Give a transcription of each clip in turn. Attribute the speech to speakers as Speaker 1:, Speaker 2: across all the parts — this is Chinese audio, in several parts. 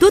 Speaker 1: 读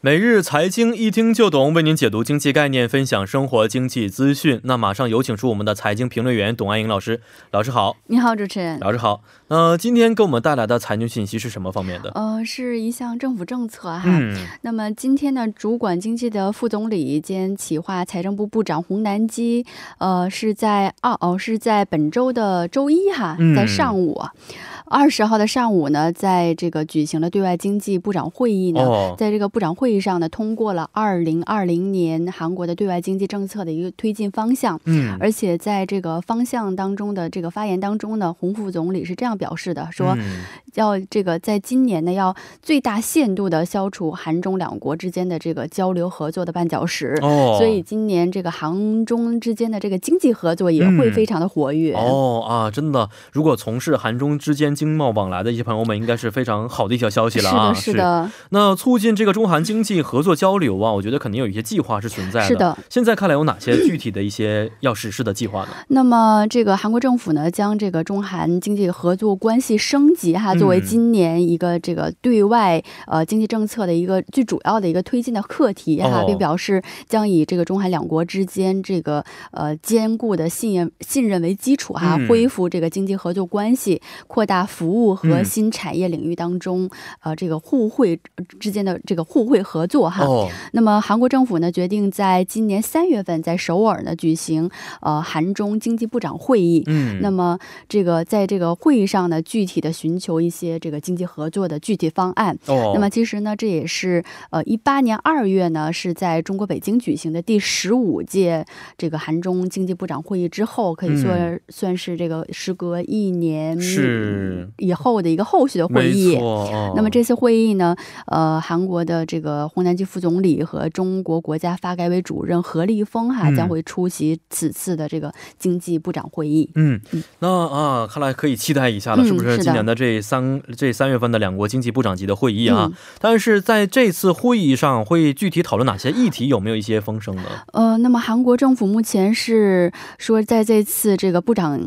Speaker 2: 每日财经一听就懂，为您解读经济概念，分享生活经济资讯。那马上有请出我们的财经评论员董爱颖老师，老师好，
Speaker 3: 你好，主持人。
Speaker 2: 老师好。那、今天给我们带来的财经信息是什么方面的？
Speaker 3: 呃，是一项政府政策哈。
Speaker 2: 嗯，
Speaker 3: 那么今天呢，主管经济的副总理兼企划财政部部长洪南基，呃，是在二哦是在本周的周一哈
Speaker 2: 嗯，
Speaker 3: 在上午二十、20号的上午呢，在这个举行了对外经济部长会议呢。
Speaker 2: 哦，
Speaker 3: 在这个部长会议上呢，通过了二零二零年韩国的对外经济政策的一个推进方向。
Speaker 2: 嗯，
Speaker 3: 而且在这个方向当中的这个发言当中呢，洪副总理是这样表示的：说
Speaker 2: 嗯
Speaker 3: 要这个在今年呢，要最大限度的消除韩中两国之间的这个交流合作的绊脚石。
Speaker 2: 哦，
Speaker 3: 所以今年这个韩中之间的这个经济合作也会
Speaker 2: 嗯
Speaker 3: 非常的活跃。
Speaker 2: 哦啊，真的，如果从事韩中之间经贸往来的一些朋友们，应该是非常好的一条消息
Speaker 3: 是
Speaker 2: 了啊。
Speaker 3: 的，是的，
Speaker 2: 那促进这个中韩经济合作交流啊，我觉得肯定有一些计划是存在的。
Speaker 3: 是的。
Speaker 2: 现在看来有哪些具体的一些要实施的计划呢？
Speaker 3: 那么这个韩国政府呢，将这个中韩经济合作关系升级哈，
Speaker 2: 嗯
Speaker 3: 作为今年一个这个对外呃经济政策的一个最主要的一个推进的课题哈，
Speaker 2: 哦
Speaker 3: 并表示将以这个中韩两国之间这个呃坚固的信任信任为基础哈
Speaker 2: 嗯，
Speaker 3: 恢复这个经济合作关系，扩大服务和
Speaker 2: 嗯
Speaker 3: 新产业领域当中、呃这个互惠之间的这个互惠合作哈。
Speaker 2: 哦，
Speaker 3: 那么韩国政府呢，决定在今年三月份在首尔呢举行呃韩中经济部长会议。
Speaker 2: 嗯，
Speaker 3: 那么，这个在这个会议上呢，具体的寻求一些这个经济合作的具体方案。
Speaker 2: 哦，
Speaker 3: 那么，其实呢，这也是呃，一八年二月呢，是在中国北京举行的第十五届这个韩中经济部长会议之后，可以说
Speaker 2: 嗯
Speaker 3: 算是这个时隔一年
Speaker 2: 是
Speaker 3: 以后的一个后续的会议。
Speaker 2: 没错哦、
Speaker 3: 那么这次会议呢，呃，韩国的这个洪南基副总理和中国国家发改委主任何立峰哈、
Speaker 2: 嗯
Speaker 3: 将会出席此次的这个经济部长会议。
Speaker 2: 嗯，那啊，看来可以期待一下了，
Speaker 3: 嗯
Speaker 2: 是不是？
Speaker 3: 是的
Speaker 2: 今年的这三这三月份的两国经济部长级的会议啊、
Speaker 3: 嗯
Speaker 2: 但是在这次会议上会具体讨论哪些议题？有没有一些风声呢？
Speaker 3: 呃，那么韩国政府目前是说，在这次这个部长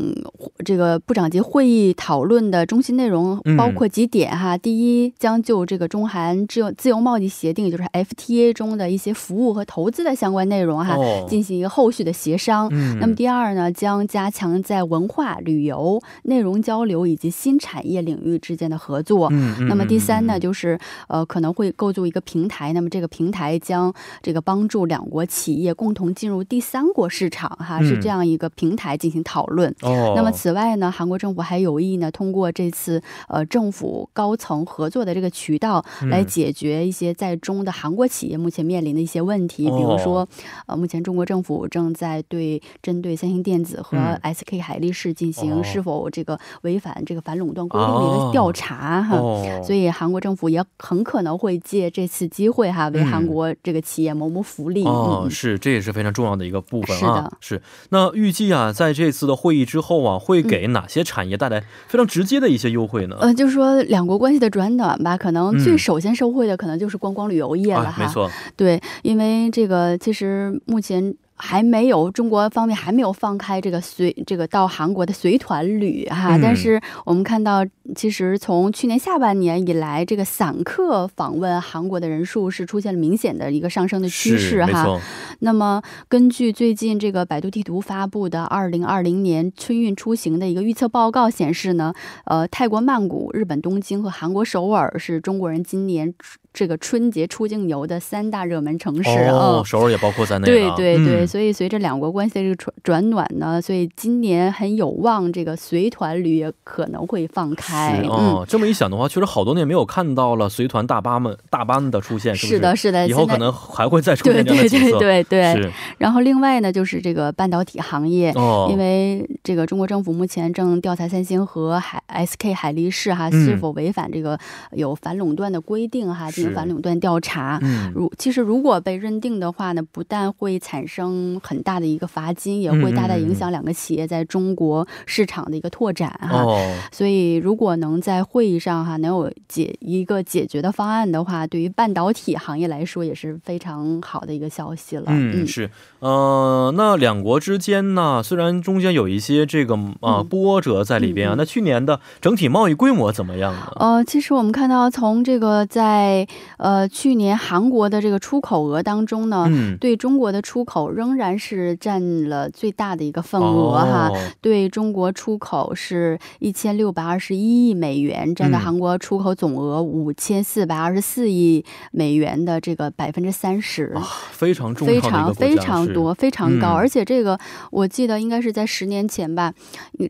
Speaker 3: 这个部长级会议讨论的中心内容
Speaker 2: 嗯
Speaker 3: 包括几点哈。第一，将就这个中韩自由自由贸易协定，也就是 FTA 中的一些服务和投资的相关内容哈，
Speaker 2: 哦，
Speaker 3: 进行一个后续的协商。
Speaker 2: 嗯，
Speaker 3: 啊那么第二呢，将加强在文化旅游、内容交流以及新产业领域之间的合作。
Speaker 2: 嗯，嗯
Speaker 3: 那么第三呢，
Speaker 2: 嗯
Speaker 3: 就是呃可能会构筑一个平台，那么这个平台将这个帮助两国企业共同进入第三国市场，哈，
Speaker 2: 嗯
Speaker 3: 是这样一个平台进行讨论。
Speaker 2: 哦，
Speaker 3: 那么此外呢，韩国政府还有意呢，通过这次呃政府高层合作的这个渠道，来
Speaker 2: 嗯
Speaker 3: 解决一些在中的韩国企业目前面临的一些问题，比如
Speaker 2: 哦
Speaker 3: 说，呃，目前中国政府正在对针对三星电子和
Speaker 2: 嗯
Speaker 3: SK 海力士进
Speaker 2: 哦
Speaker 3: 行是否这个违反这个反垄断规定的一个调查哈。
Speaker 2: 哦，
Speaker 3: 所以韩国政府也很可能会借这次机会哈，为韩
Speaker 2: 嗯
Speaker 3: 国这个企业谋谋福利。
Speaker 2: 哦，
Speaker 3: 嗯
Speaker 2: 是，这也是非常重要的一个部分
Speaker 3: 是
Speaker 2: 啊
Speaker 3: 的。嗯
Speaker 2: 是那预计啊，在这次的会议之后啊，会给哪些产业带来非常直接的一些优惠呢？
Speaker 3: 呃，就是说两国关系的转暖吧，可能
Speaker 2: 嗯
Speaker 3: 最首先受惠的可能就是观光旅游业了
Speaker 2: 啊，
Speaker 3: 哈。
Speaker 2: 没错，
Speaker 3: 对，因为这个其实目前。还没有，中国方面还没有放开这个随这个到韩国的随团旅哈、
Speaker 2: 嗯
Speaker 3: 但是我们看到，其实从去年下半年以来，这个散客访问韩国的人数是出现了明显的一个上升的趋势
Speaker 2: 是没
Speaker 3: 哈。
Speaker 2: 错，
Speaker 3: 那么，根据最近这个百度地图发布的二零二零年春运出行的一个预测报告显示呢，呃，泰国曼谷、日本东京和韩国首尔是中国人今年春这个春节出境游的三大热门城市
Speaker 2: 哦
Speaker 3: 啊，。
Speaker 2: 首尔也包括在内
Speaker 3: 对
Speaker 2: 了。
Speaker 3: 对对，
Speaker 2: 嗯
Speaker 3: 所以随着两国关系的这个转转暖呢，所以今年很有望这个随团旅也可能会放开。
Speaker 2: 是
Speaker 3: 嗯，
Speaker 2: 哦，这么一想的话，确实好多年没有看到了随团大巴们、大班的出哎现，是不
Speaker 3: 是的，是的，
Speaker 2: 以后
Speaker 3: 现在
Speaker 2: 可能还会再出
Speaker 3: 对
Speaker 2: 现这样
Speaker 3: 对
Speaker 2: 的景
Speaker 3: 对
Speaker 2: 色。
Speaker 3: 对对。
Speaker 2: 是
Speaker 3: 然后另外呢，就是这个半导体行业，
Speaker 2: 哦，
Speaker 3: 因为这个中国政府目前正调查三星和海 SK 海力士哈
Speaker 2: 嗯
Speaker 3: 是否违反这个有反垄断的规定哈，
Speaker 2: 是
Speaker 3: 行反垄断调查。
Speaker 2: 嗯，
Speaker 3: 啊如其实如果被认定的话呢，不但会产生很大的一个罚金，也会大大影响两个企业在中国市场的一个拓展
Speaker 2: 嗯
Speaker 3: 哈。
Speaker 2: 哦，
Speaker 3: 所以，如果能在会议上哈能有解一个解决的方案的话，对于半导体行业来说也是非常好的一个消息了。
Speaker 2: 嗯，是，呃，那两国之间呢，虽然中间有一些这个啊、
Speaker 3: 嗯
Speaker 2: 波折在里边啊、
Speaker 3: 嗯嗯
Speaker 2: 那去年的整体贸易规模怎么样啊呢？
Speaker 3: 呃，其实我们看到，从这个在呃去年韩国的这个出口额当中呢，
Speaker 2: 嗯，
Speaker 3: 对中国的出口仍然是占了最大的一个份额哈。
Speaker 2: 哦
Speaker 3: 对中国出口是一千六百二十一亿美元，占到
Speaker 2: 嗯
Speaker 3: 韩国出口总额五千四百二十四亿美元的这个百分之三十。
Speaker 2: 啊，非常重要的一
Speaker 3: 非
Speaker 2: 个国
Speaker 3: 常
Speaker 2: 家
Speaker 3: 非常
Speaker 2: 是
Speaker 3: 多，非常高，
Speaker 2: 嗯
Speaker 3: 而且这个我记得应该是在十年前吧，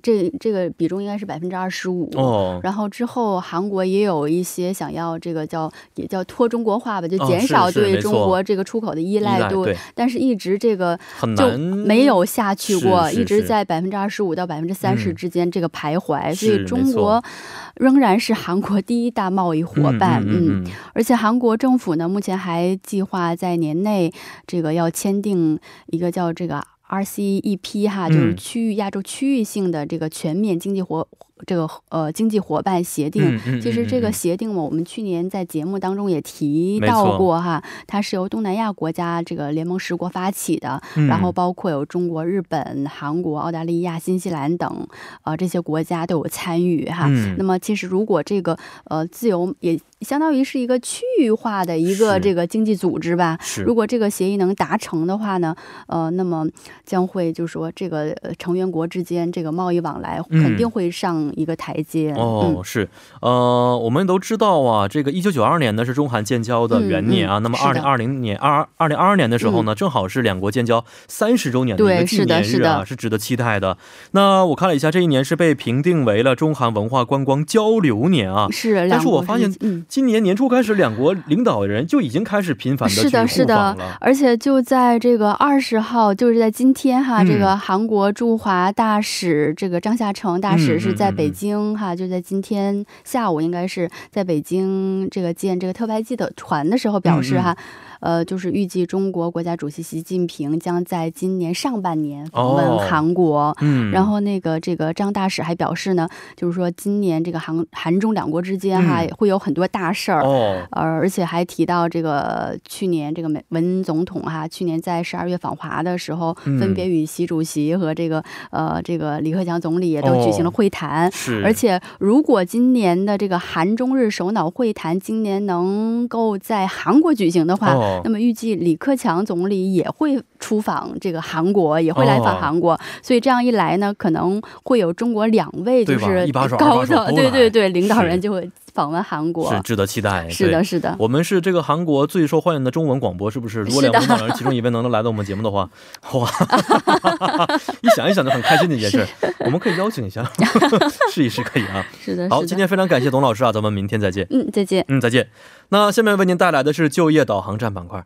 Speaker 3: 这这个比重应该是百分之二十五。
Speaker 2: 哦，
Speaker 3: 然后之后，韩国也有一些想要这个叫也叫脱中国化吧，就
Speaker 2: 哦
Speaker 3: 减
Speaker 2: 是
Speaker 3: 少
Speaker 2: 是
Speaker 3: 对
Speaker 2: 没
Speaker 3: 中
Speaker 2: 错
Speaker 3: 国这个出口的依
Speaker 2: 依
Speaker 3: 赖度，
Speaker 2: 对，
Speaker 3: 但是一直这个
Speaker 2: 很
Speaker 3: 就
Speaker 2: 难
Speaker 3: 没有下去过，
Speaker 2: 是是
Speaker 3: 一直
Speaker 2: 是
Speaker 3: 在百分之二十五到百分之三十
Speaker 2: 嗯
Speaker 3: 之间这个徘徊，所
Speaker 2: 是
Speaker 3: 以
Speaker 2: 没
Speaker 3: 中国仍然是韩国第一大贸易伙伴。
Speaker 2: 嗯嗯嗯
Speaker 3: 而且韩国政府呢，目前还计划在年内这个要签订一个叫这个。RCEP 哈，
Speaker 2: 嗯
Speaker 3: 就是区域亚洲区域性的这个全面经济伙这个呃经济伙伴协定，
Speaker 2: 嗯嗯
Speaker 3: 其实这
Speaker 2: 嗯
Speaker 3: 个
Speaker 2: 嗯
Speaker 3: 协定嘛，我们去年在节目当中也提
Speaker 2: 没
Speaker 3: 到
Speaker 2: 错
Speaker 3: 过哈，它是由东南亚国家这个联盟十国发起的，
Speaker 2: 嗯
Speaker 3: 然后包括有中国、日本、韩国、澳大利亚、新西兰等呃这些国家都有参与哈。
Speaker 2: 嗯
Speaker 3: 那么其实如果这个呃自由也相当于是一个区域化的一个
Speaker 2: 是
Speaker 3: 这个经济组织吧，
Speaker 2: 是
Speaker 3: 如果这个协议能达成的话呢，呃，那么将会就说这个呃成员国之间这个贸易往来
Speaker 2: 嗯
Speaker 3: 肯定会上一个台阶。嗯
Speaker 2: 哦，是，呃，我们都知道啊，这个一九九二年呢是中韩建交的元年啊，
Speaker 3: 嗯嗯
Speaker 2: 那么二
Speaker 3: 是的嗯
Speaker 2: 零二零年二二零二二年的时候呢、正好是两国建交三十周年的一个
Speaker 3: 对
Speaker 2: 纪念
Speaker 3: 是
Speaker 2: 日
Speaker 3: 的是
Speaker 2: 啊，
Speaker 3: 的
Speaker 2: 是值得期待的。那我看了一下，这一年是被评定为了中韩文化观光交流年啊。
Speaker 3: 是，
Speaker 2: 但是
Speaker 3: 两
Speaker 2: 我
Speaker 3: 国
Speaker 2: 发
Speaker 3: 之
Speaker 2: 现
Speaker 3: 间嗯。
Speaker 2: 今年年初开始，两国领导人就已经开始频繁的去
Speaker 3: 是的，是
Speaker 2: 互
Speaker 3: 的
Speaker 2: 访了，。
Speaker 3: 而且就在这个二十号，就是在今天哈，
Speaker 2: 嗯
Speaker 3: 这个韩国驻华大使这个张夏成
Speaker 2: 嗯
Speaker 3: 大
Speaker 2: 嗯
Speaker 3: 使是在
Speaker 2: 嗯
Speaker 3: 北
Speaker 2: 嗯
Speaker 3: 京哈，就在今天下午，应该是在北京这个见这个特派记者团的时候
Speaker 2: 嗯
Speaker 3: 表示哈，呃，就是预计中国国家主席习近平将在今年上半年访问
Speaker 2: 哦
Speaker 3: 韩国。
Speaker 2: 嗯，
Speaker 3: 然后那个这个张大使还表示呢，就是说今年这个韩韩中两国之间哈、
Speaker 2: 嗯
Speaker 3: 会有很多大事儿，
Speaker 2: 哦，
Speaker 3: 而而且还提到这个去年这个美文总统哈、去年在十二月访华的时候，
Speaker 2: 嗯
Speaker 3: 分别与习主席和这个呃这个李克强总理也都
Speaker 2: 哦
Speaker 3: 举行了会谈。
Speaker 2: 是，
Speaker 3: 而且，如果今年的这个韩中日首脑会谈今年能够在韩国举行的话，
Speaker 2: 哦
Speaker 3: 那么预计李克强总理也会出访这个韩国，也会来
Speaker 2: 哦
Speaker 3: 访韩国，所以这样一来呢，可能会有中国两位就
Speaker 2: 对吧
Speaker 3: 是
Speaker 2: 一把手
Speaker 3: 高
Speaker 2: 二把手
Speaker 3: 的，
Speaker 2: 都
Speaker 3: 对
Speaker 2: 来
Speaker 3: 对对，领导
Speaker 2: 是
Speaker 3: 人就会访问韩国
Speaker 2: 是。值得期待，
Speaker 3: 是
Speaker 2: 对
Speaker 3: 的，是的，
Speaker 2: 我们是这个韩国最受欢迎的中文广播，是不 是？如果两位
Speaker 3: 是的
Speaker 2: 领导人其中一位能来到我们节目的 话，哇，一想一想就很开心的一件事。我们可以邀请一 下，试一试可以啊。
Speaker 3: 是的，
Speaker 2: 好，
Speaker 3: 是
Speaker 2: 今
Speaker 3: 的。
Speaker 2: 天非常感谢董老师啊，咱们明天再见。
Speaker 3: 嗯，再见。
Speaker 2: 嗯，再见。那下面为您带来的是就业导航站板块。